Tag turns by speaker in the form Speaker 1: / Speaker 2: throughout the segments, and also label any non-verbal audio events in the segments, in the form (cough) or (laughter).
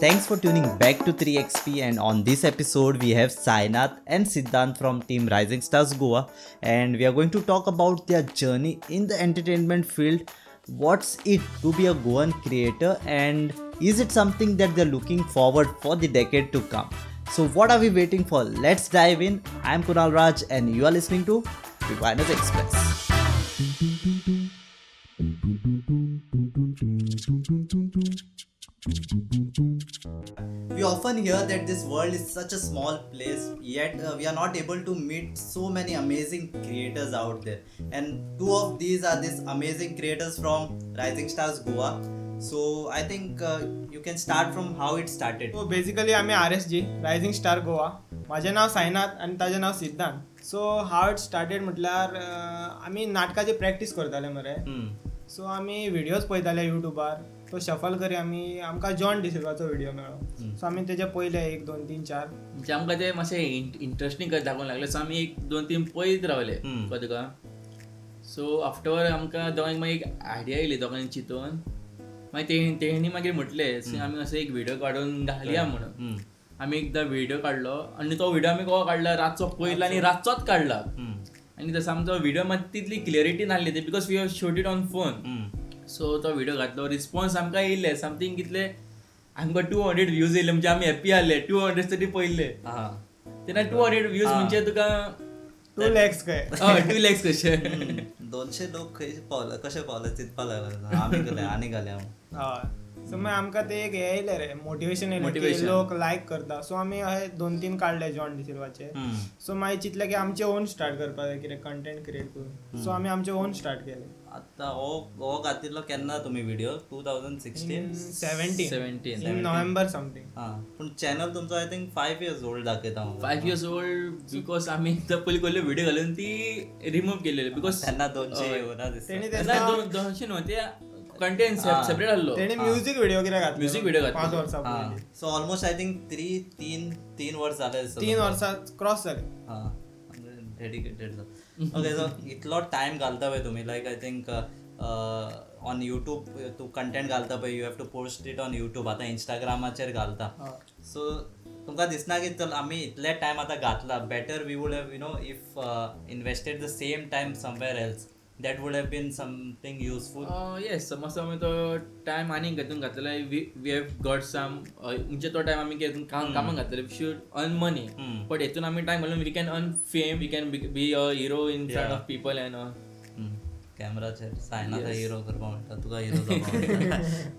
Speaker 1: Thanks for tuning back to 3XP and on this episode we have Sainath and Siddhant from team Rising Stars Goa and we are going to talk about their journey in the entertainment field. What's it to be a Goan creator and is it something that they're looking forward for the decade to come? So what are we waiting for? Let's dive in. I'm Kunal Raj and you are listening to Diviners Express. We often hear that this world is such a small place, yet uh, we are not able to meet so many amazing creators out there. And two of these are these amazing creators from Rising Stars Goa. So I think uh, you can start from how it started.
Speaker 2: So basically आम्ही R S G rising star Goa माझें नांव सायनाथ आनी ताजें नांव Siddhant so how it started म्हटल्यार अं, आमी नाटकाची प्रॅक्टीस करताले मरे
Speaker 1: Hmm.
Speaker 2: सो आमी व्हिडियोज पळयताले युट्यूबार तो शफल करी आमी आमकां जॉन डिसिल्वाचो व्हिडियो मेळ्ळो सो आमी तेजे पयले एक दोन तीन चार
Speaker 3: म्हणजे आमकां ते मातशें इंट्रस्टिंग कशें दाखोवंक लागलें सो आमी एक दोन तीन पळयत रावले
Speaker 1: हम्म.
Speaker 3: कळ्ळें तुका सो आफ्टर आमकां दोगांक मागीर एक आयडिया येयली दोगांनी चिंतून मागीर ते तेणी मागीर म्हटले सो आमी असो एक व्हिडियो काडून घालया म्हणून
Speaker 1: Hmm.
Speaker 3: आमी एकदां व्हिडियो काडलो आनी तो व्हिडियो आमी कवा काडला रातचो पयला आनी रातचोच काडला
Speaker 1: Hmm.
Speaker 3: आनी तसो आमचो व्हिडियो मातशी तितली क्लियरिटी नासली ती because we have shoot it on phone
Speaker 1: Hmm.
Speaker 3: So तो व्हिडिओ घातलो रिस्पॉन्स आमकां येयले समथींग कितले आमकां टू हंड्रेड व्ह्यूज येयले म्हणजे आमी हॅप्पी आहले टू हंड्रेड तरी पयले
Speaker 1: Ah.
Speaker 3: तेन्ना टू हंड्रेड व्ह्यूज
Speaker 1: हा.
Speaker 3: म्हणजे तुका
Speaker 1: (laughs)
Speaker 2: टू लॅक्स कळ्ळे
Speaker 3: टू लॅक्स कशे
Speaker 1: Hmm. (laughs) दोनशे लोक खंय पावला कशे पावला चिंतपा लागला (laughs) आमी गेले आनी गेले
Speaker 2: हय सो मागीर आमकां ते एक हे येयलें रे मोटिवेशन येयलें की
Speaker 3: Motivation.
Speaker 2: लोक लायक करता सो आमी अहे दोन तीन काडले जॉन डिसिल्वाचे
Speaker 1: Hmm.
Speaker 2: सो मागीर चिंतलें की आमचे ओन स्टार्ट करपा जाय कितें कंटेंट क्रिएट करून सो आमी आमचे ओन स्टार्ट केले
Speaker 1: (laughs) आता हो हो घातिल्लो केन्ना तुम्ही video two thousand sixteen
Speaker 2: seventeen
Speaker 3: 17.
Speaker 2: In November something
Speaker 1: हां पण चॅनल तुमचो I think five years old दाखयता म्हाका.
Speaker 3: फायव्ह इयर्स ओल्ड बिकॉज आमी एकदां पयली कसले व्हिडिओ घालून ती रिमूव्ह केलेली बिकॉज
Speaker 1: त्यांना दोनशे येवना दिसता
Speaker 2: तेणी
Speaker 3: तेन्ना
Speaker 2: तेन्ना
Speaker 3: दोन- दोनशे न्हू ते कंटेंट
Speaker 1: हा.
Speaker 3: सेपरेट आहलो
Speaker 2: तेणी म्युझिक व्हिडिओ कितें घातलो
Speaker 3: Music video घातलो.
Speaker 2: पांच वर्सां
Speaker 1: हां
Speaker 2: पयलीं
Speaker 1: so almost I think three तीन तीन वर्स जाले दिसता
Speaker 2: तीन वर्सां क्रॉस जाले
Speaker 1: हां म्हणजे डेडिकेटेड ओके सो इतलो टायम घालता पळय तुमी like I think on YouTube तूं कंटेंट घालता पळय you have to post it on YouTube आतां इंस्टाग्रामाचेर घालता
Speaker 2: हय
Speaker 1: सो तुमकां दिसना की चल आमी इतले टायम आतां घातला better we would have you know if invested the same time somewhere else that would have been something useful
Speaker 3: yes समज आमी तो टायम आनी घेतून घातलेला वी हॅव गॉट सम म्हणजे तो टायम आमी घेतून काम कामाक घातलेलो we should earn money
Speaker 1: Hmm.
Speaker 3: But हेतून आमी टायम घालून we can earn fame we can be a hero in front
Speaker 1: Yeah.
Speaker 3: Of people and all
Speaker 1: कॅमेराचेर सायनाचा
Speaker 3: Yes.
Speaker 1: हिरो करपाक मेळटा तुका हिरो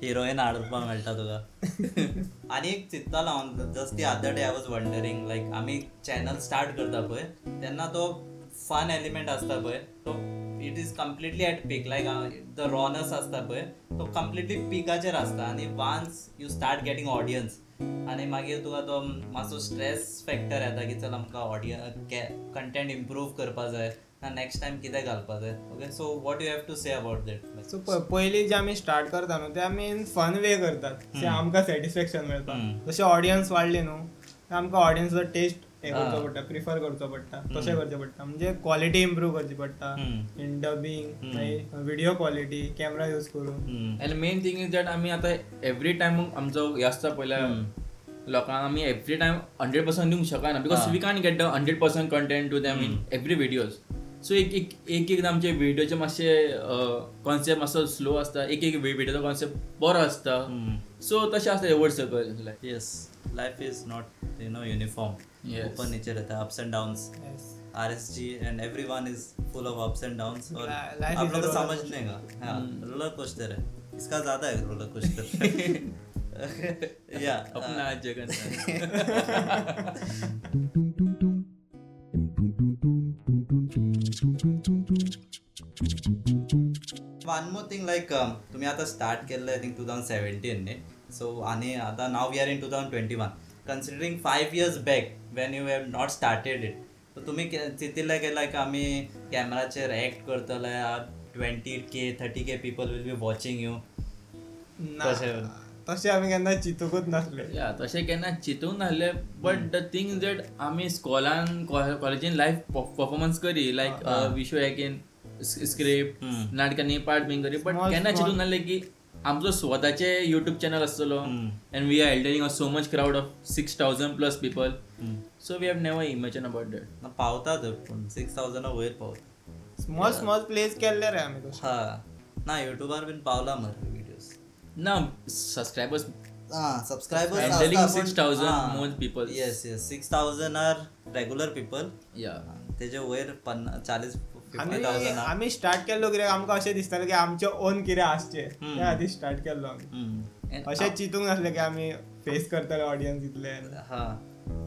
Speaker 1: हिरोईन हाडपाक मेळटा तुका आनी एक चिंततालो हांव just the other day I was wondering like आमी चॅनल स्टार्ट करता पळय तेन्ना तो फन एलिमेंट आसता पळय तो it is completely at peak like the रॉनस आसता पळय तो कम्प्लिटली पिकाचेर आसता आनी once you start getting audience आनी मागीर तुका तो मातसो स्ट्रेस फॅक्टर येता की चल आमकां ऑडियन्स कंटेंट इम्प्रूव करपा जाय ना नेक्स्ट टायम कितें घालपा जाय okay so what you have to say about that
Speaker 2: so प- पयलीं जे आमी स्टार्ट करता न्हू ते आमी इन फन वे करतात ते आमकां सॅटिस्फॅक्शन मेळटा
Speaker 1: हम्म.
Speaker 2: जशें ऑडियन्स वाडली न्हू ते आमकां ऑडियन्सचो टेस्ट हे
Speaker 1: हा.
Speaker 2: करचो पडटा प्रिफर करचो पडटा तशें करचें पडटा म्हणजे क्वॉलिटी इम्प्रूव करची पडटा
Speaker 1: हम्म.
Speaker 2: इन
Speaker 1: हम्म.
Speaker 2: डबिंग मागीर व्हिडिओ क्वॉलिटी कॅमेरा यूज करून
Speaker 1: Hmm.
Speaker 3: And main thing is that आमी आतां एवरी टायम आमचो हे आसता पयल्या लोकांक आमी एवरी टायम हंड्रेड पर्संट दिवंक शकना बिकॉज
Speaker 1: हा.
Speaker 3: We can get the hundred percent content to them in every videos so एक एक एक एकदां आमचे व्हिडिओचे मातशे कॉन्सेप्ट मातसो स्लो आसता एक एक व्हिडिओचो कॉन्सेप्ट बरो आसता सो तशें आसता एवढ सकल like
Speaker 1: yes life is not you know uniform
Speaker 3: Yes.
Speaker 1: Open nature येता ups and downs
Speaker 2: Yes.
Speaker 1: R S G and every one is full of ups and downs और
Speaker 2: La- life
Speaker 1: आप लोग
Speaker 2: is a
Speaker 1: को
Speaker 2: roller Hmm.
Speaker 1: समझ नहीं का हाँ roller coaster है इसका ज्यादा है रोलर (laughs)
Speaker 2: (laughs)
Speaker 1: कोस्टर या
Speaker 3: अपना
Speaker 1: uh,
Speaker 3: Jagan
Speaker 1: one more thing like um, तुम्ही आता स्टार्ट केलं I think two thousand seventeen न्ही सो आणि आता now we are in two thousand twenty one considering five years back when you have not started it so तुम्ही के- चिंतिल्लें की लायक आमी कॅमेराचेर एक्ट करतले twenty K thirty K people will be watching you
Speaker 2: ना
Speaker 1: तशें.
Speaker 2: तशें आमी केन्ना चिंतूकूच नासले
Speaker 3: या तशें केन्ना चितूंक नासलें but the thing is that आमी स्कॉलान कॉलेजीन लायव्ह पर्फॉर्मन्स करी लायक
Speaker 1: हा.
Speaker 3: विशो हॅक इन स्क्रिप्ट
Speaker 1: हम्म.
Speaker 3: नाटकांनी पार्ट बीन करी बट
Speaker 2: Small,
Speaker 3: केन्ना
Speaker 2: small.
Speaker 3: चितूंक नासलें की आमचो स्वताचे युट्यूब चॅनल आसतलो
Speaker 1: Hmm.
Speaker 3: And we are एल्डरिंग a so much crowd of six thousand plus people
Speaker 1: हम्म.
Speaker 3: So we have never imagine about that
Speaker 1: ना पावता थंय पूण सिक्स थावजंडा वयर पावता
Speaker 2: स्मॉल स्मॉल प्लेस केल्ले रे आमी तशे.
Speaker 1: हा ना युट्यूबार बीन पावला मरे व्हिडिओज
Speaker 3: ना subscribers Handling 6,000 more people.
Speaker 1: Yes yes six thousand are regular people
Speaker 3: या
Speaker 1: तेजे वयर पन्नास चाळीस फिफ्टी
Speaker 2: आमी
Speaker 1: थावजंड आर
Speaker 2: आमी स्टार्ट केल्लो कित्याक आमकां अशें दिसतालें की आमचे ओन कितें आसचें
Speaker 1: हम्म.
Speaker 2: त्या आदी स्टार्ट केल्लो आमी अशें चिंतूंक नासलें की आमी फेस करतले ऑडियन्स इतले
Speaker 1: हा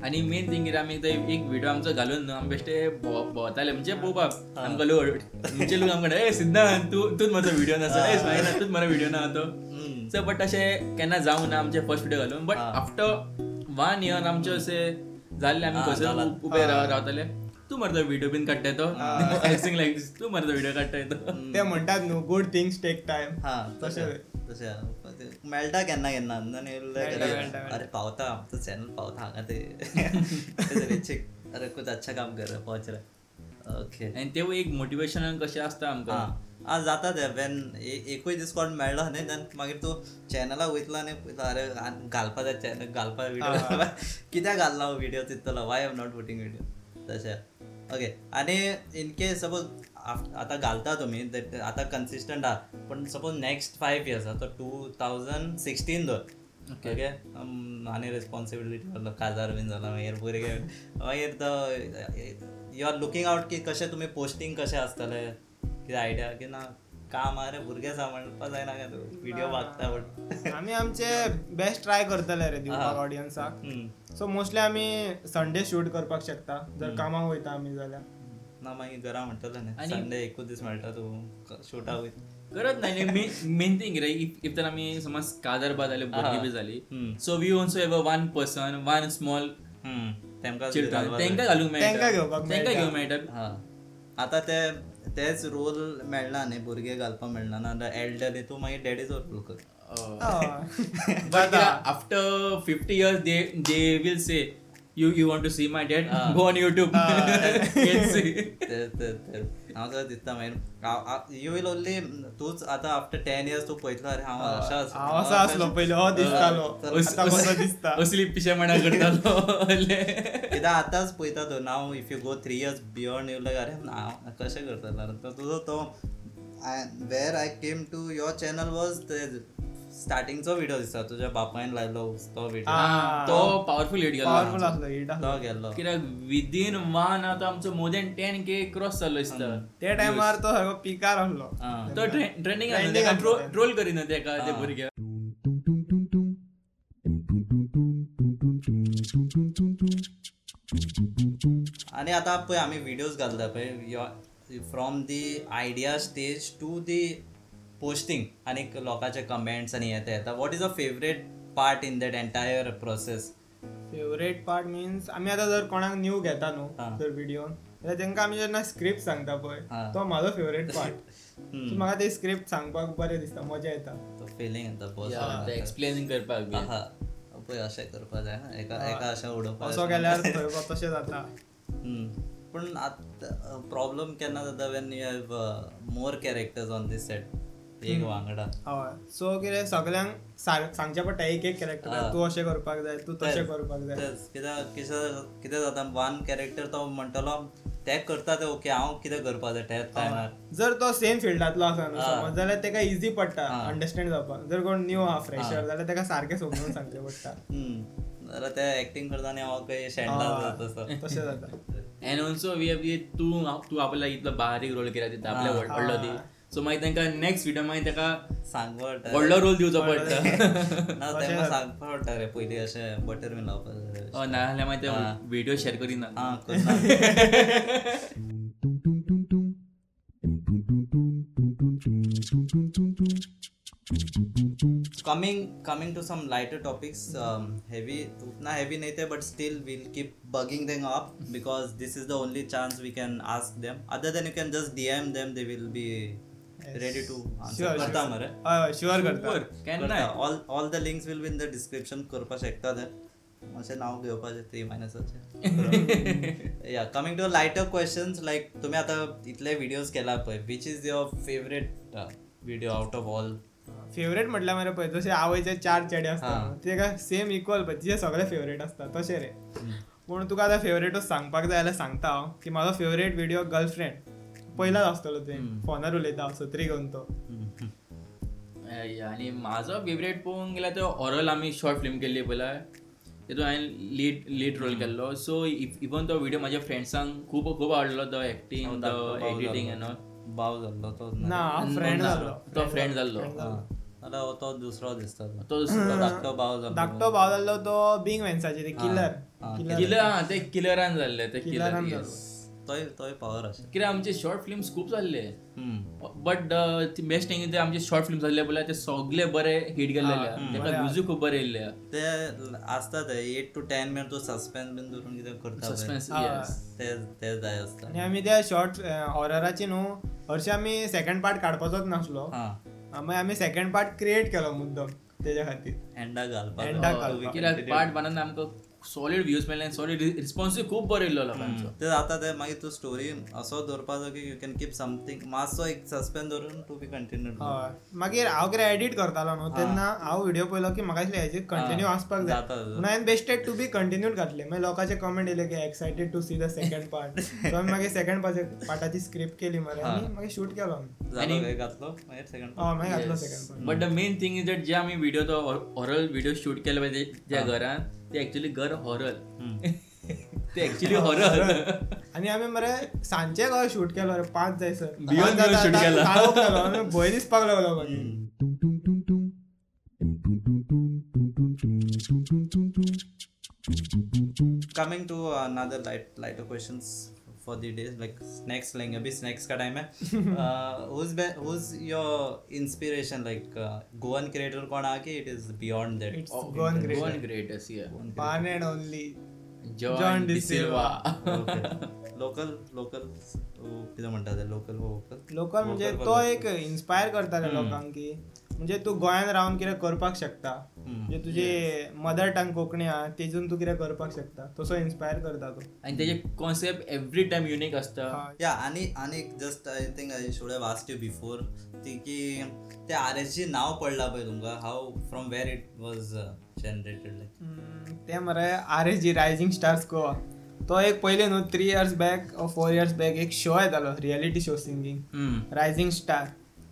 Speaker 3: आणि मेन थिंग कितें आमी थंय एक व्हिडिओ आमचो घालून न्हू आमी बेश्टे भोव- भोंवताले म्हणजे पोवपाक आमकां लोड म्हणजे लोक आमकां ए सिद्धांत तू तूच म्हजो व्हिडिओ नासा ए सुनैना, तूच म्हजो व्हिडिओ ना तो
Speaker 1: हम्म.
Speaker 3: सो बट अशें केन्ना जावं ना आमचे फर्स्ट व्हिडिओ घालून बट
Speaker 1: हा.
Speaker 3: आफ्टर वन इयर आमचे असे जाल्ले आमी
Speaker 1: हा,
Speaker 3: खंयसर
Speaker 1: जाला.
Speaker 3: उ- उबे राव- रावताले तू मरतो व्हिडिओ बीन काडटाय तो (laughs) आयसिंग लायक दिस तू मरतो व्हिडिओ काडटाय
Speaker 1: (laughs)
Speaker 3: तो
Speaker 2: ते म्हणटात न्हू गुड थिंग्स टेक टायम
Speaker 1: हा
Speaker 2: तशें
Speaker 1: तशें तशें पण ते मेळटा केन्ना केन्ना नंदन येयल्ले
Speaker 2: मेळटा,
Speaker 1: कडेन,
Speaker 2: मेळटा, मेळटा.
Speaker 1: अरे पावता आमचं चॅनल पावता हांगा ते (laughs) तेजेर check, अरे खूप अच्छा काम कर रहा, पहुंच रहा ओके
Speaker 3: आनी तेवूय एक मोटिवेशन कशें आसता आमकां
Speaker 1: आ जाता ते वेन एकूय दीस कोण मेळ्ळो न्ही देन मागीर तूं चॅनलाक वयतलो आनी पयतलो, अरे आन- घालपा जाय चॅनल घालपा व्हिडिओ (laughs) कित्याक घालना हो व्हिडिओ चिंततलो why am not putting video तशें ओके आनी इन केस सपोज आतां घालता तुमी that आतां कन्सिस्टंट आहा पूण सपोज नेक्स्ट फायव इयर्स आतां टू थावजंड सिक्स्टीन धर Um,
Speaker 3: Okay.
Speaker 1: ओके आनी रेस्पॉन्सिबिलिटी जालो काजार बीन जाला मागीर भुरगे मागीर तो यू आर लुकींग आवट की कशें तुमी पोस्टींग कशें आसतलें कितें आयडिया की ना काम आहा रे भुरगे सांबाळपा जायना काय तूं व्हिडिओ मागता बट
Speaker 2: आमी आमचे बेस्ट ट्राय करतले रे दिवपाक
Speaker 1: हा.
Speaker 2: ऑडियन्साक सो मोस्टली आमी संडे शूट करपाक शकता जर कामाक वयता आमी जाल्यार
Speaker 1: ना मागीर घरा म्हणटलें न्ही
Speaker 3: आनी-
Speaker 1: संडे एकूच दीस मेळटा तूं शूटा वयत
Speaker 3: करत नाही मेन थिंग रे इफ इफ तर आम्ही समज काजार बाद झाले भुरगीं बी झाली
Speaker 1: हम्म.
Speaker 3: So we also have a one person one small
Speaker 1: तेमकां
Speaker 3: चिल्ड्रन तांकां घालूंक मेळटा
Speaker 2: तेंकां घेवपाक
Speaker 3: तांकां
Speaker 2: मेळटा.
Speaker 3: घेवंक मेळटा
Speaker 1: हा आतां ते तेच रोल मेळना न्ही भुरगे घालपा मेळना ना एल्डरी तूं मागीर डॅडीचो रोल कर
Speaker 3: but after fifty years they they will say you you want to see my dad go on YouTube
Speaker 1: (laughs) ते- ते- ते. हांव सगळें दिसता मागीर यू विल ओन्ली तूच आतां आफ्टर टेन इयर्स तू पयतलो अरे हांव अशें आस-
Speaker 2: हांव असो आसलो पयलो हो दिसतालो आतां कसो दिसता
Speaker 3: असली पिशेमणा करतालो
Speaker 1: कित्याक आतांच पळयता तो हो. Now if you go three years beyond येवले अरे हांव कशें करतलो तो तुजो तो where I came to your channel was स्टार्टिंगचो व्हिडिओ दिसता तुज्या बापायन लायलो तो व्हिडिओ
Speaker 2: हा.
Speaker 3: तो पावरफुल हिट गेलो
Speaker 2: पावरफुल आसलो हिट
Speaker 1: तो गेल्लो
Speaker 3: कित्याक विदीन वन आतां आमचो more than ten K cross जाल्लो दिसता
Speaker 2: त्या टायमार तो सारको पिकार आसलो
Speaker 1: आं.
Speaker 3: तो ट्रेंडिंग आसलो तेका ट्रोल करिना तेका ते भुरगे
Speaker 1: आणि आता पळय आम्ही व्हिडिओज घालता पळय from the idea stage to the posting आणि लोकांचे कमेंट्स आणि येता येता what is a favourite part in that entire process
Speaker 2: favourite part means आमी आतां जर कोणाक न्यू घेता
Speaker 1: हा.
Speaker 2: न्हू जर व्हिडिओ जाल्यार तेंकां आमी जेन्ना स्क्रिप्ट सांगता पळय
Speaker 1: हा.
Speaker 2: तो म्हाजो फेवरेट
Speaker 1: (laughs)
Speaker 2: पार्ट सो म्हाका ते स्क्रिप्ट सांगपाक बरें दिसता मजा येता
Speaker 1: तो फिलिंग येता
Speaker 3: ते
Speaker 1: पोस्ट
Speaker 3: एक्सप्लेनिंग करपाक बी
Speaker 1: हा पळय अशें करपा जाय ना एका एका अशें
Speaker 2: असो
Speaker 1: उडोवपा
Speaker 2: केल्यार
Speaker 1: (laughs)
Speaker 2: थंय गो तशें जाता
Speaker 1: हम्म. पण आतां प्रॉब्लम केन्ना जाता when you have more characters on this set एक वांगडा
Speaker 2: हय सो कितें सगळ्यांक सांग- सांगचें पडटा एक एक
Speaker 1: हा.
Speaker 2: कॅरेक्टर तूं अशें करपाक जाय तूं तशें करपाक जाय
Speaker 1: तेच कित्याक कितें कितें जाता वन कॅरेक्टर तो म्हणटलो ते करता ते ओके हांव कितें करपा जाय त्या टायमार
Speaker 2: जर तो सेम फिल्डांतलो आसा न्हू
Speaker 1: हा.
Speaker 2: समज जाल्यार तेका इझी पडटा
Speaker 1: हा.
Speaker 2: अंडरस्टँड जावपाक जर कोण न्यू आहा फ्रेशर जाल्यार तेका सारकें समजून सांगचें
Speaker 1: (laughs)
Speaker 2: पडटा
Speaker 1: जाल्यार ते एक्टींग करता आनी हांव काही शेणला जाता तसो
Speaker 2: तशें जाता
Speaker 3: एंड ऑल्सो वी हॅव तूं तूं आपल्याला इतलो बारीक रोल केला दिता आपल्या व्हड- व्हडलो दी सो मागीर तांकां नेक्स्ट व्हिडिओ मागीर ताका
Speaker 1: सांगवट
Speaker 3: व्हडलो रोल दिवचो पडटा
Speaker 1: ना तेमा सांगपा पडटा रे पयलीं अशें बटर बी लावपा जाय
Speaker 3: हय, नाजाल्यार मागीर ते व्हिडिओ शेअर करिना
Speaker 1: आं करता coming coming to some lighter topics heavy um, उतना हेवी नहीं थे but still will keep bugging them up because this is the only chance we can ask them other than you can just DM them they will be ready to answer
Speaker 2: Sure, Ah,
Speaker 1: करता
Speaker 2: sure.
Speaker 1: मरे
Speaker 2: हय हय sure करता
Speaker 3: केन्ना
Speaker 1: करता all all the links will be in the description करपा शकता ते मातशें नांव घेवपाचें थ्री मायनसाचें या coming to lighter questions like तुमी uh, आतां इतले व्हिडियोज केला पळय which is your favourite video out of all
Speaker 2: favourite म्हटल्या मरे पळय जशे आवयचे चार चेडे
Speaker 1: हा.
Speaker 2: असतात ते सेम इक्वल पळय तिचे सगळे फेवरेट असतात तशे रे पूण तुका आतां फेवरेटूच सांगपाक जाय जाल्यार सांगता हांव की म्हाजो फेवरेट व्हिडिओ गर्लफ्रेंड पहिलाच असतलो ते
Speaker 1: हम्म.
Speaker 2: फोनार उलयता सत्री घेवन तो
Speaker 3: अय, आणि माझा फेवरेट पळोवंक गेल्यार तो हॉरल आमी शॉर्ट फिल्म केल्ली पळय तितून हांवें लीड लीड रोल केल्लो सो इवन तो व्हिडियो म्हाज्या फ्रेंड्सांक खूब खूब आवडलो तो
Speaker 1: हो,
Speaker 3: acting the editing and all
Speaker 1: बाव जाल्लो तो
Speaker 2: ना हांव फ्रेंड जालो
Speaker 3: तो फ्रेंड जाल्लो
Speaker 1: हा. नाल्यार हो तो दुसरो दिसता तो.
Speaker 3: तो दुसरो
Speaker 1: धाकटो बाव जाल्लो
Speaker 2: धाकटो भाव जाल्लो तो बिंग वेन्साचे ते किलर
Speaker 1: हा,
Speaker 3: किलर हा ते किलरान जाल्ले ते किलर
Speaker 2: किलरान
Speaker 3: yes.
Speaker 1: तोय तोय पावर अशें
Speaker 3: कित्याक आमचे शॉर्ट फिल्म्स खूब जाल्ले
Speaker 1: हम्म.
Speaker 3: बट बेस्ट थिंग ते आमचे शॉर्ट फिल्म जाल्ले पळय ते सगळे बरे हिट गेलेले तेका म्युझीक खूब बरें येयल्ले
Speaker 1: ते असता ते एट टू टेन मिनिट तू सस्पेन्स बीन धरून कितें करता पळय.
Speaker 3: सस्पेन्स
Speaker 1: ते ते जाय असता
Speaker 2: आनी आमी त्या शॉर्ट हॉरराची न्हू हरशी आमी सेकंड पार्ट काडपाचोच नासलो
Speaker 1: हा
Speaker 2: मागीर आमी सेकंड पार्ट क्रिएट केलो मुद्दम तेच्या खातीर
Speaker 1: एंडा घालपाक
Speaker 2: एंडाक घालपाक.
Speaker 3: कित्याक पार्ट बनाना आमकां सॉलिड व्ह्यूज मेळ्ळे सॉलिड रिस्पॉन्सूय खूप बरो येयल्लो लोकांचो
Speaker 1: ते जाता ते मागीर तू स्टोरी असो दवरपाचो की यू कॅन कीप समथींग मातसो एक सस्पेन्स धरून टू बी कंटिन्यू
Speaker 2: हय मागीर हांव कितें एडिट करतालो न्हू तेन्ना हांव व्हिडिओ पयलो की म्हाका दिसलें हेजे कंटिन्यू
Speaker 1: Ah.
Speaker 2: आसपाक जाय
Speaker 1: जाता
Speaker 2: म्हणून हांवें बेस्टेड टू बी कंटिन्यूड घातले मागीर लोकांचे कमेंट येयले की excited to see the second part
Speaker 3: (laughs)
Speaker 2: so आमी मागीर सेकंड पार्टाची स्क्रिप्ट केली मरे आनी मागीर शूट केलो आमी
Speaker 1: जालो काय घातलो मागीर सेकंड
Speaker 2: हय मागीर घातलो second part
Speaker 3: but the main thing is that जे आमी व्हिडिओ तो हॉरल व्हिडिओ शूट केले पळय ते- त्या घरान ते एक्चुअली घर हॉरल (laughs) ते एक्चुअली
Speaker 2: (laughs)
Speaker 3: हॉरल
Speaker 2: आनी आमी मरे सांजचे गोय शूट केलो रे पांच जायसर
Speaker 3: भिवन
Speaker 2: पांच जाता-
Speaker 3: shoot केला.
Speaker 2: ताळो केलो आमी भंय दिसपाक लागलो
Speaker 3: (laughs)
Speaker 2: मागीर
Speaker 4: Dum dum dum dum dum dum dum dum dum dum dum dum dum dum dum dum.
Speaker 1: Coming to another light lighter questions for the days like snacks लेंगे अभी स्नैक्स का Uh,
Speaker 2: (laughs)
Speaker 1: टाइम है who is your inspiration like Goan creator uh, कौन आ कि it is beyond that
Speaker 2: it's Goan great
Speaker 3: one greats
Speaker 2: one and only
Speaker 3: John de Silva
Speaker 1: (laughs) local local कितें म्हणटा ते लोकल वोकल
Speaker 2: लोकल म्हणजे तो एक इन्स्पायर करताले लोकांक की म्हणजे तू गोंयान रावन कितें करपाक शकता म्हणजे तुजे मदर टंग कोंकणी हा तेजून तू कितें करपाक शकता तसो इन्स्पायर करता तो
Speaker 3: आणि त्याचे कॉन्सेप्ट एव्हरी टाइम युनिक असतं
Speaker 2: हय.
Speaker 1: या आणि आणि just I think I should have asked you before ती की ते आर एस जी नाव पडला पळय तुमकां हाव from where it was generated like
Speaker 2: hmm, ते मरे R S G rising stars Goa तो एक पयले न्हू three years back or four years back एक शो येतालो reality show singing
Speaker 3: hmm.
Speaker 2: Rising star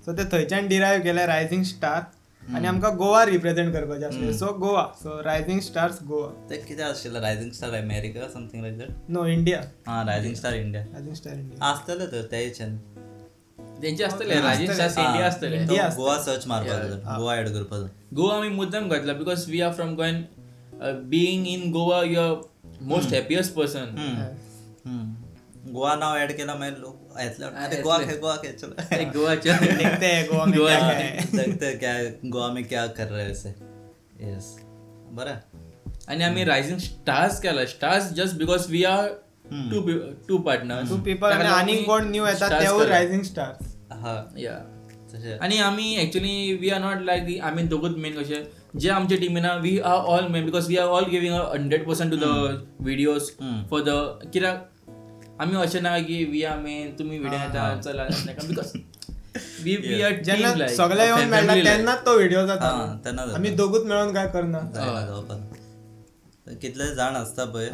Speaker 2: so ते थंयच्यान डिरायव्ह केले रायझिंग स्टार आनी आमकां गोवा रिप्रेझेंट करपाचें आसलें so Goa so rising stars Goa
Speaker 1: ते कितें आशिल्लें rising star America something like that
Speaker 2: no India
Speaker 1: हां rising star India
Speaker 2: rising star India
Speaker 1: आसतले तर त्या हेच्यान
Speaker 3: त्यांचे असतले राजेश इंडिया असतले
Speaker 2: India
Speaker 1: तो गोवा सर्च मारपाचो गोवा एड करपाचो
Speaker 3: गोवा आम्ही मुद्दाम घातला because we are from Goan being in uh, Goa you are most happiest person
Speaker 1: hmm. Goa नाव ऍड केला मागीर लोक येतले अरे गोवा खे गोवा खे चलो
Speaker 3: गोवाच्या
Speaker 2: (laughs)
Speaker 1: (laughs)
Speaker 2: देखते है गोवा में
Speaker 3: गोवा.
Speaker 2: क्या है.
Speaker 1: देखते क्या गोवा में क्या कर रहे हैं ऐसे यस बरं
Speaker 3: आणि आम्ही रायझिंग स्टार्स केला stars just because we are two two partners
Speaker 2: two people आणि आणि कोण न्यू येतात तेवू रायझिंग स्टार
Speaker 1: हा
Speaker 3: या
Speaker 1: तशें
Speaker 3: आणि आम्ही actually we are not like आम्ही दोगूच मेन कसे जे आमचे टीमीन we are all main because we are all giving hundred percent to the videos for the कित्याक आम्ही अशें ना की वी आर मेन तुम्ही व्हिडिओ येता चला बिकॉज वी वी आर
Speaker 2: जेन्ना सगळे येऊन मेळटा तेन्ना तो व्हिडिओ जाता
Speaker 1: हा त्यांना जाता.
Speaker 2: आम्ही दोगूच मेळून काय करणार
Speaker 1: जायना जावपाक. कितले जाण असता पळय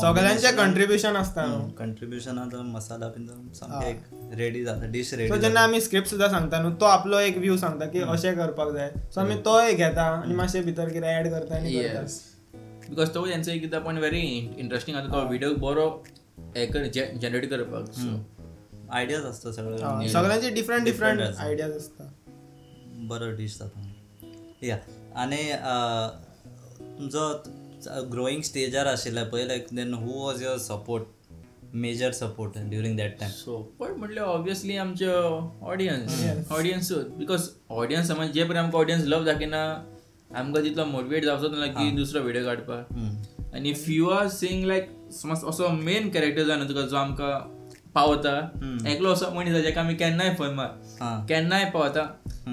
Speaker 2: सगळ्यांचे कंट्रीब्युशन असता
Speaker 1: कंट्रीब्युशन आतां मसाला बीन तो सामकें एक रेडी जाता डिश
Speaker 2: सो
Speaker 1: रेडी
Speaker 2: जेन्ना आम्ही स्क्रिप्ट सुद्धा सांगता न्हू तो आपलो एक व्ह्यू सांगता की अशें करपाक जाय सो आमी तो एक घेता आणि मातशे भितर कितें ऍड करता आणि करता.
Speaker 1: (laughs)
Speaker 3: बिकॉज तो त्यांचो एक पण व्हेरी इंटरेस्टिंग आता तो व्हिडिओ बरो हे कर जनरेट करपाक So,
Speaker 1: आयडियाज असता सगळ्यो
Speaker 2: हा, सगळ्यांचे डिफरंट डिफरंट आयडियाज असता
Speaker 1: बरो डिश जाता या आनी अं, तुमचो ग्रोईंग स्टेजार आशिल्लो पळय like then who was your support major support during that time
Speaker 3: so पण म्हटलं ऑब्वियसली आमचे ऑडियन्स ऑडियन्स बिकॉज ऑडियन्स समज जे पण आमकां ऑडियन्स लव दाखयना आमकां तितलो मोटिवेट जावचोच ना की दुसरो व्हिडिओ काडपाक आनी if you are seeing like समज असो मेन कॅरेक्टर जाय न्हू तुका जो आमकां पावता एकलो असो मनीस आसा जेका आमी केन्नाय फोन मार
Speaker 1: हां.
Speaker 3: केन्नाय पावता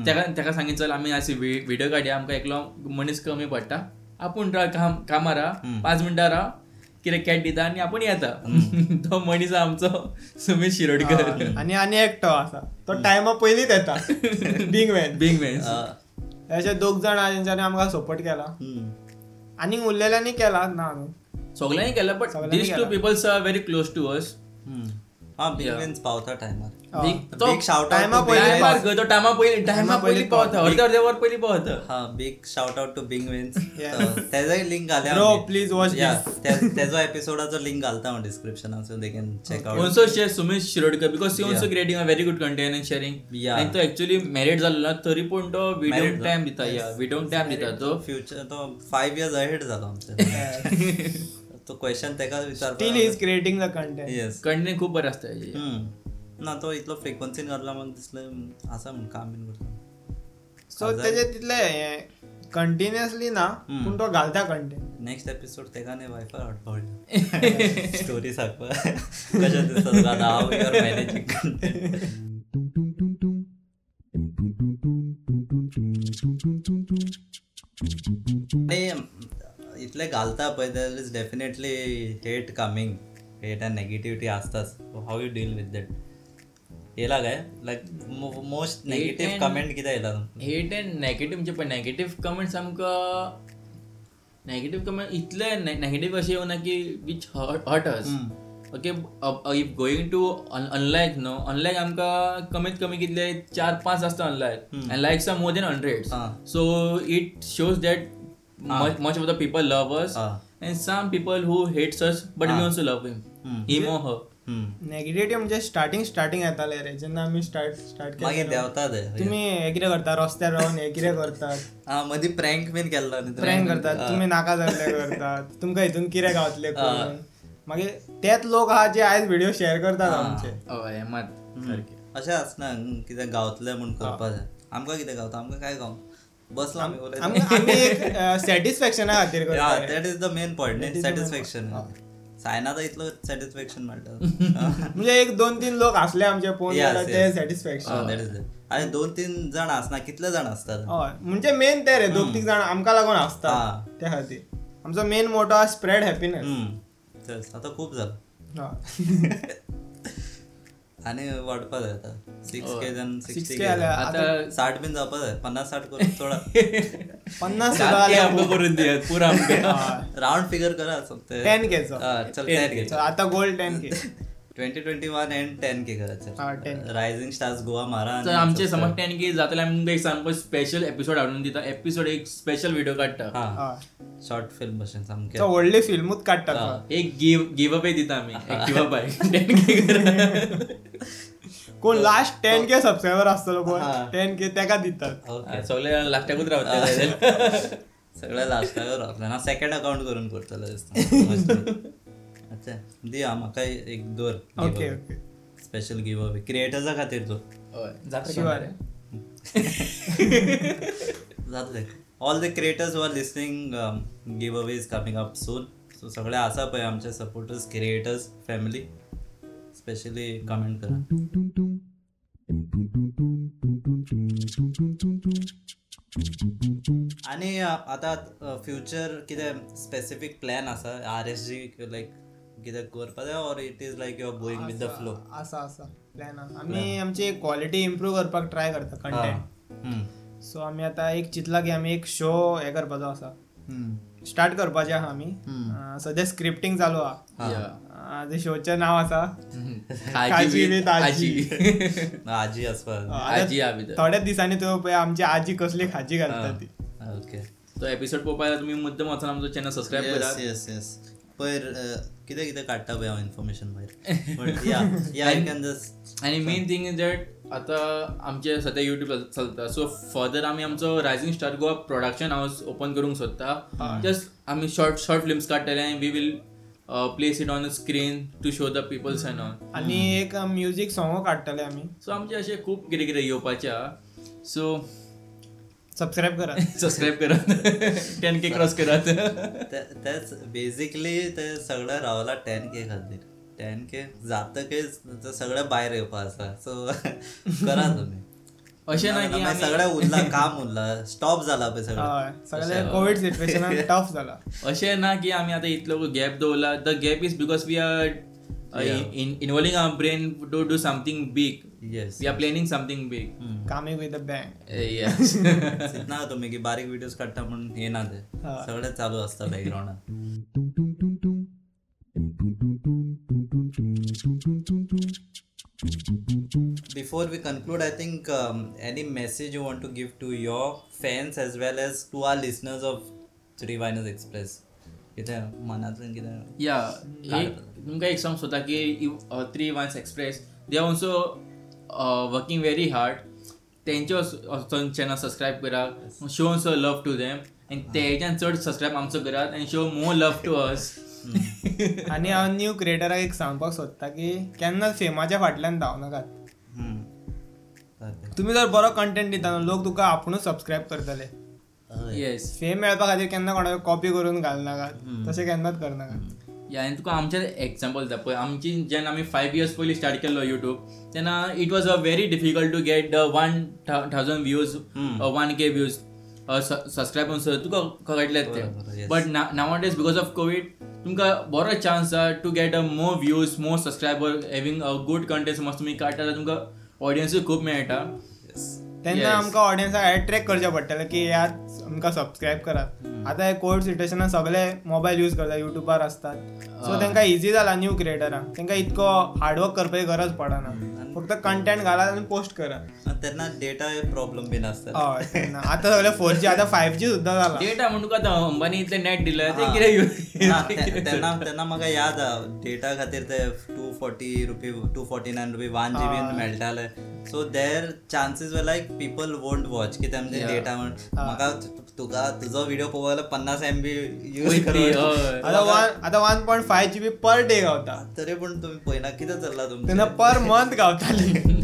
Speaker 3: तेका तेका सांगीत चल आमी आज व्हिडिओ काडया आमकां एकलो मनीस कमी पडटा आपूण राव काम कामार राव पांच मिनटां राव कितें कॅट दिता आनी आपूण येता (laughs) तो मनीस आहा आमचो सुमित शिरोडकर
Speaker 1: (laughs)
Speaker 2: आणि आणि एकटो आसा तो टायमा पयलींच येता बिंग मॅन
Speaker 3: बिंग मॅन
Speaker 2: असे दोग जाण हा जेंच्यांनी आमकां सपोर्ट केला आणि उरलेल्यांनी केला ना आम्ही
Speaker 3: सगळ्यांनी केलं बट
Speaker 2: सगळ्यांनी
Speaker 3: दीज टू
Speaker 2: केलं.
Speaker 3: Peoples are very close to us
Speaker 1: हा बिग विन्स पावता टायमार
Speaker 2: हा.
Speaker 3: बिग- तो
Speaker 1: बिग शाउट
Speaker 2: time up पहिले
Speaker 3: टायमार तो टायमा पयली टायमा पयली पावता अर्ध्या अर्ध्या वर पयली पावता
Speaker 1: हा big shout out to big wins
Speaker 2: (laughs) Yeah.
Speaker 1: त्याचाही लिंक घाल्या
Speaker 2: Bro, please watch
Speaker 1: त्याचा एपिसोडाचो लिंक घालता हांव डिस्क्रिप्शनान so they can check out
Speaker 3: also share Sumesh Shirodkar because he also
Speaker 1: Yeah.
Speaker 3: Creating a very good content and sharing
Speaker 1: Yeah.
Speaker 3: आणि तो actually married झालेला तरी पण तो
Speaker 1: Married
Speaker 3: विडोंक
Speaker 1: झाला.
Speaker 3: टाइम दिता या विडोंक टाइम दिता तो
Speaker 1: फ्युचर तो फायव्ह इयर्स अहेड जालो
Speaker 2: (laughs)
Speaker 1: आमच्या तो क्वेश्चन तेका
Speaker 2: स्टील
Speaker 1: विचार
Speaker 2: is creating the content
Speaker 1: yes
Speaker 3: content खूप बरं असतं हेजे.
Speaker 1: ना तो इतलो फ्रिक्वन्सीन घातला मग दिसलं असं म्हण काम बीन करता
Speaker 2: सो त्याचे तितले कंटिन्युअसली ना
Speaker 1: हम्म.
Speaker 2: पूण तो घालता कंटेंट
Speaker 1: नेक्स्ट एपिसोड तेका न्ही वायफाय हटपडली स्टोरी सांगपा कशें दिसता तुका आतां हांव युअर मॅनेजिंग um, आणि इतले घालता पळय there is definitely hate coming hate and negativity असताच how you deal with that येला काय like most negative
Speaker 3: and-
Speaker 1: comment कितें येला
Speaker 3: हेट अँड नेगेटिव्ह म्हणजे पण नेगेटिव्ह कमेंट्स आमकां नेगेटिव्ह कमेंट इतले नेगेटिव्ह अशें येवना की which Hut us okay if going to unlike न्हू अनलायक आमकां कमीत कमी कितले चार पांच आसता unlike
Speaker 1: Hmm.
Speaker 3: And likes are more than hundred
Speaker 1: Ah.
Speaker 3: So it shows that much of the people love us
Speaker 1: Ah.
Speaker 3: And some people who hates us but we also love him
Speaker 1: Hmm.
Speaker 3: Him or her
Speaker 1: न्हू
Speaker 2: negativity म्हणजे starting starting येताले रे जेन्ना आमी start start
Speaker 1: मागीर
Speaker 2: केले
Speaker 1: देंवता ते
Speaker 2: तुम्ही हे कितें करता रस्त्यार रावन हे कितें करतात
Speaker 1: हा मदीं प्रँक बीन केल्लो न्ही
Speaker 2: प्रँक
Speaker 1: Ah.
Speaker 2: करतात तुम्ही नाका जाल्ले करतात तुमकां हितून कितें गावतले करून मागीर तेच लोक आहा जे आयज व्हिडिओ शेअर करतात आमचे
Speaker 3: हय मात
Speaker 1: हम्म।
Speaker 3: सारकें
Speaker 1: अशें आसना न्हू, कितें गावतलें म्हूण करपा जाय आमकां कितें गावता आमकां काय गाव बसलो आमी उलयता
Speaker 2: आम- आमी एक सॅटिस्फॅक्शना
Speaker 1: (laughs)
Speaker 2: खातीर
Speaker 1: या
Speaker 2: करतात
Speaker 1: that is the main point
Speaker 2: That is
Speaker 1: न्ही
Speaker 2: the main
Speaker 1: सॅटिस्फॅक्शन
Speaker 2: point.
Speaker 1: सायनाचं इतलो सॅटिस्फॅक्शन
Speaker 2: (laughs)
Speaker 1: मेळटा
Speaker 2: म्हणजे एक दोन तीन लोक असले आमचे पोन
Speaker 1: Yes,
Speaker 2: जाल्यार ते
Speaker 1: yes.
Speaker 2: सॅटिस्फॅक्शन
Speaker 1: दॅट इज आणि दोन तीन जण असणार कितले जण असतात
Speaker 2: हय म्हणजे मेन ते रे दोग तीग जाण आमकां लागून
Speaker 1: हा.
Speaker 2: आसता त्या खातीर आमचो main motto spread happiness
Speaker 1: hmm. तेच, आता खूप झालं
Speaker 2: (laughs)
Speaker 1: आणि वाढपा जाय आता सिक्स के जण
Speaker 2: सिक्स
Speaker 1: सिक्स्टी
Speaker 2: के आल्या
Speaker 3: आता
Speaker 2: आता
Speaker 1: साठ बीन जावपा जाय पन्नास साठ
Speaker 2: (laughs)
Speaker 1: करून थोडा
Speaker 2: पन्नास सुद्दां
Speaker 3: सारकें
Speaker 2: आल्या
Speaker 3: आमकां करून दियात पुरा
Speaker 2: (laughs)
Speaker 3: आमकां
Speaker 1: राऊंड फिगर करा सोबते
Speaker 2: टेन केचो
Speaker 1: चल टेन के
Speaker 2: आता gold ten K
Speaker 1: twenty twenty one and ten K करा
Speaker 2: हा,
Speaker 1: चल
Speaker 2: 10K.
Speaker 1: रायझिंग स्टार्स गोवा मारा
Speaker 3: तर आमचे समज टेन के जातले आमी तुमकां एक सामको स्पेशल एपिसोड हाडून दिता एपिसोड एक स्पेशल व्हिडिओ काडटा
Speaker 1: हा
Speaker 2: हय
Speaker 1: शॉर्ट फिल्म भशेन सामके
Speaker 2: तो व्हडली फिल्मूच काडटा तो.
Speaker 3: एक गिव गिव अप दिता आमी गिव अप (laughs) सगळे
Speaker 2: कोण लास्ट टेन के सबस्क्रायबर आसतलो
Speaker 1: हा.
Speaker 2: कोण टेन के तेका दितात
Speaker 1: ओके
Speaker 3: लागत्याकूच
Speaker 2: (laughs)
Speaker 3: रावतले
Speaker 1: सगळं लास्टावर आपल्याला ना सेकंड अकाउंट करून करतलो दिसता अच्छा दी हा म्हाका एक दोर
Speaker 2: okay okay
Speaker 1: special giveaway क्रिएटर्सा खातीर तो
Speaker 2: शिवाय.
Speaker 1: जातले all the creators were listening giveaway is coming up soon so सगळे आसा पळय आमचे supporters creators family specially comment करा आणि अ, आता फ्युचर कितें स्पेसिफीक प्लॅन आसा आर एस जी लायक कितें करपा जाय or it is like your going with the flow
Speaker 2: आसा आसा प्लॅन आमी आमची क्वालिटी इम्प्रूव्ह करपाक ट्राय करता कंटेंट सो आमी आतां एक चिंतला की आमी एक शो हे करपाचो आसा स्टार्ट करपाचे आहा आमी अं, सद्या स्क्रिप्टींग चालू आहा अं, ते शोचें नांव आसा
Speaker 3: आजी
Speaker 2: काजी
Speaker 3: विथ
Speaker 2: with आजी.
Speaker 3: आजी (laughs)
Speaker 1: आजी आसपा
Speaker 2: अं, आतां
Speaker 3: आजी हा भितर
Speaker 2: थोड्याच दिसांनी तूं पळय आमची आजी कसली खाजी घालता ती
Speaker 1: ओके
Speaker 3: तो एपिसोड पोवपाक जाय, तुमी मुद्दम वचून आमचो चॅनल सबस्क्रायब
Speaker 1: येस
Speaker 3: करा
Speaker 1: येस येस पयर कितें कितें काडटा पळय हांव इन्फॉर्मेशन भायर but yeah yeah I can just
Speaker 3: आणि मेन थिंग इज दॅट आता आमचे सध्या युट्यूब चलता सो फर्दर आम्ही आमचं rising star Goa production house open करूंक सोदता जस्ट आम्ही शॉर्ट शॉर्ट फिल्म्स काडटले आनी we will place it on a screen to show the peoples and on
Speaker 2: आनी एक म्युजीक सोंगो काडटले आमी
Speaker 3: सो आमचे असे खूप कितें कितें येवपाचे आहा (laughs) सो
Speaker 2: सबस्क्रायब करा
Speaker 3: सबस्क्रायब (laughs) करात टेन के क्रॉस करात (laughs)
Speaker 1: तेच बेजिकली ते सगळें रावला टेन के खातीर टेन के जातकीच ते सगळें भायर येवपा आसा सो (laughs) करा तुमी
Speaker 3: अशें ना की
Speaker 1: मागीर
Speaker 3: आमी-
Speaker 1: सगळें उरला काम उरला स्टॉप जाला पळय सगळें
Speaker 2: हय सगळें कोविड सिच्युएशनान टफ जाला
Speaker 3: अशें ना की आमी आतां इतलो गॅप दवरला uh, the gap is because we are involving our brain to do something big
Speaker 1: yes
Speaker 3: we are planning something big
Speaker 2: (laughs) coming with the bang
Speaker 3: (laughs)
Speaker 1: ना तुम्ही की बारीक व्हिडिओज काढता म्हणून हे ना ते
Speaker 2: हा.
Speaker 1: सगळें चालू असता बॅकग्राऊंडात Before we conclude, I think um, any message you want to give to your fans as well as to our listeners of Reviners Express. कितें मनांतल्यान कितें
Speaker 3: या एक तुमकां एक सांग सोदता की three ones express they also working very hard तेंचे वचून चॅनल सबस्क्रायब करात show so love to them आनी तेच्यान चड सबस्क्रायब आमचो करात आनी शो मोर लव टू अस (laughs)
Speaker 2: आणि हांव न्यू क्रिएटराक एक सांगपाक सोदता की केन्ना फेमाच्या फाटल्यान धांवनाकात
Speaker 1: Hmm. चालेल.
Speaker 2: तुम्ही जर बरो कंटेंट दिता न्हू, लोक तुका आपुणूच सबस्क्रायब करतले
Speaker 1: हय.
Speaker 3: येस
Speaker 2: फेम मेळपा खातीर केन्ना कोणाक कॉपी करून घालनाकात तशें केन्नाच करनाकात
Speaker 3: या आनी तुका आमचे एग्जाम्पल दिता पळय आमची जेन्ना आमी फायव इयर्स पयलीं स्टार्ट केल्लो यूट्यूब तेन्ना it was a very difficult to get one thousand views one K views subscribe uh, करून सुद्दां तुका कळटलेत
Speaker 1: बरोबर,
Speaker 3: ते
Speaker 1: yes.
Speaker 3: But now days because of covid तुमकां बरो चान्स आहा to get a more views more subscriber having a good content समज तुमी काडटा जाल्यार तुमकां ऑडियन्सूय खूब मेळटा
Speaker 2: तेन्ना
Speaker 3: Yes.
Speaker 2: आमकां ऑडियन्साक अट्रॅक्ट करचें पडटलें की यार आमकां सबस्क्रायब करात आतां हे कोविड सिट्युएशनान सगळे मोबायल यूज करता युट्यूबार असतात सो
Speaker 3: हय.
Speaker 2: तेंकां इजी जाला न्यू क्रिएटरांक तेंकां इतको हार्डवर्क करपाची गरज पडना फक्त कंटेंट घालात आनी पोस्ट करात
Speaker 1: आनी तेन्ना डेटा प्रॉब्लम बीन आसता
Speaker 2: हय
Speaker 1: (laughs)
Speaker 2: तेन्ना. आतां सगळे फोर जी आतां फायव जी सुद्दां जाला
Speaker 3: डेटा म्हण तुका आतां अंबानी इतलें नेट दिलें
Speaker 1: (laughs)
Speaker 3: तें
Speaker 1: हा.
Speaker 3: कितें use-
Speaker 1: ना, ते- तेन्ना तेन्ना म्हाका याद हा डेटा खातीर ते two forty rupee two forty nine rupee one G B मेळटाले so there chances way like people won't watch की तेमचे
Speaker 3: Yeah.
Speaker 1: डेटा म्हण म्हाका तु- तुका तुजो व्हिडिओ पळोवपाक गेल्यार पन्नास एम बी यूज
Speaker 3: वयतली, हय.
Speaker 2: आतां वन आतां one point five G B per day गावता
Speaker 1: तरी पूण तुमी पळयना कितें चल्ला तुमचें
Speaker 2: तेन्ना पर मंथ गावताली